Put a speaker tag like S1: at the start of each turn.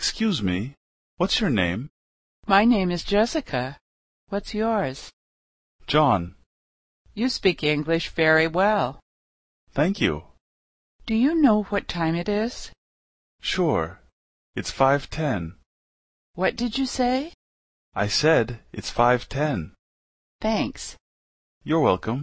S1: Excuse me, what's your name?
S2: My name is Jessica. What's yours?
S1: John.
S2: You speak English very well.
S1: Thank you.
S2: Do you know what time it is?
S1: Sure. It's 5:10.
S2: What did you say?
S1: I said it's 5:10.
S2: Thanks.
S1: You're welcome.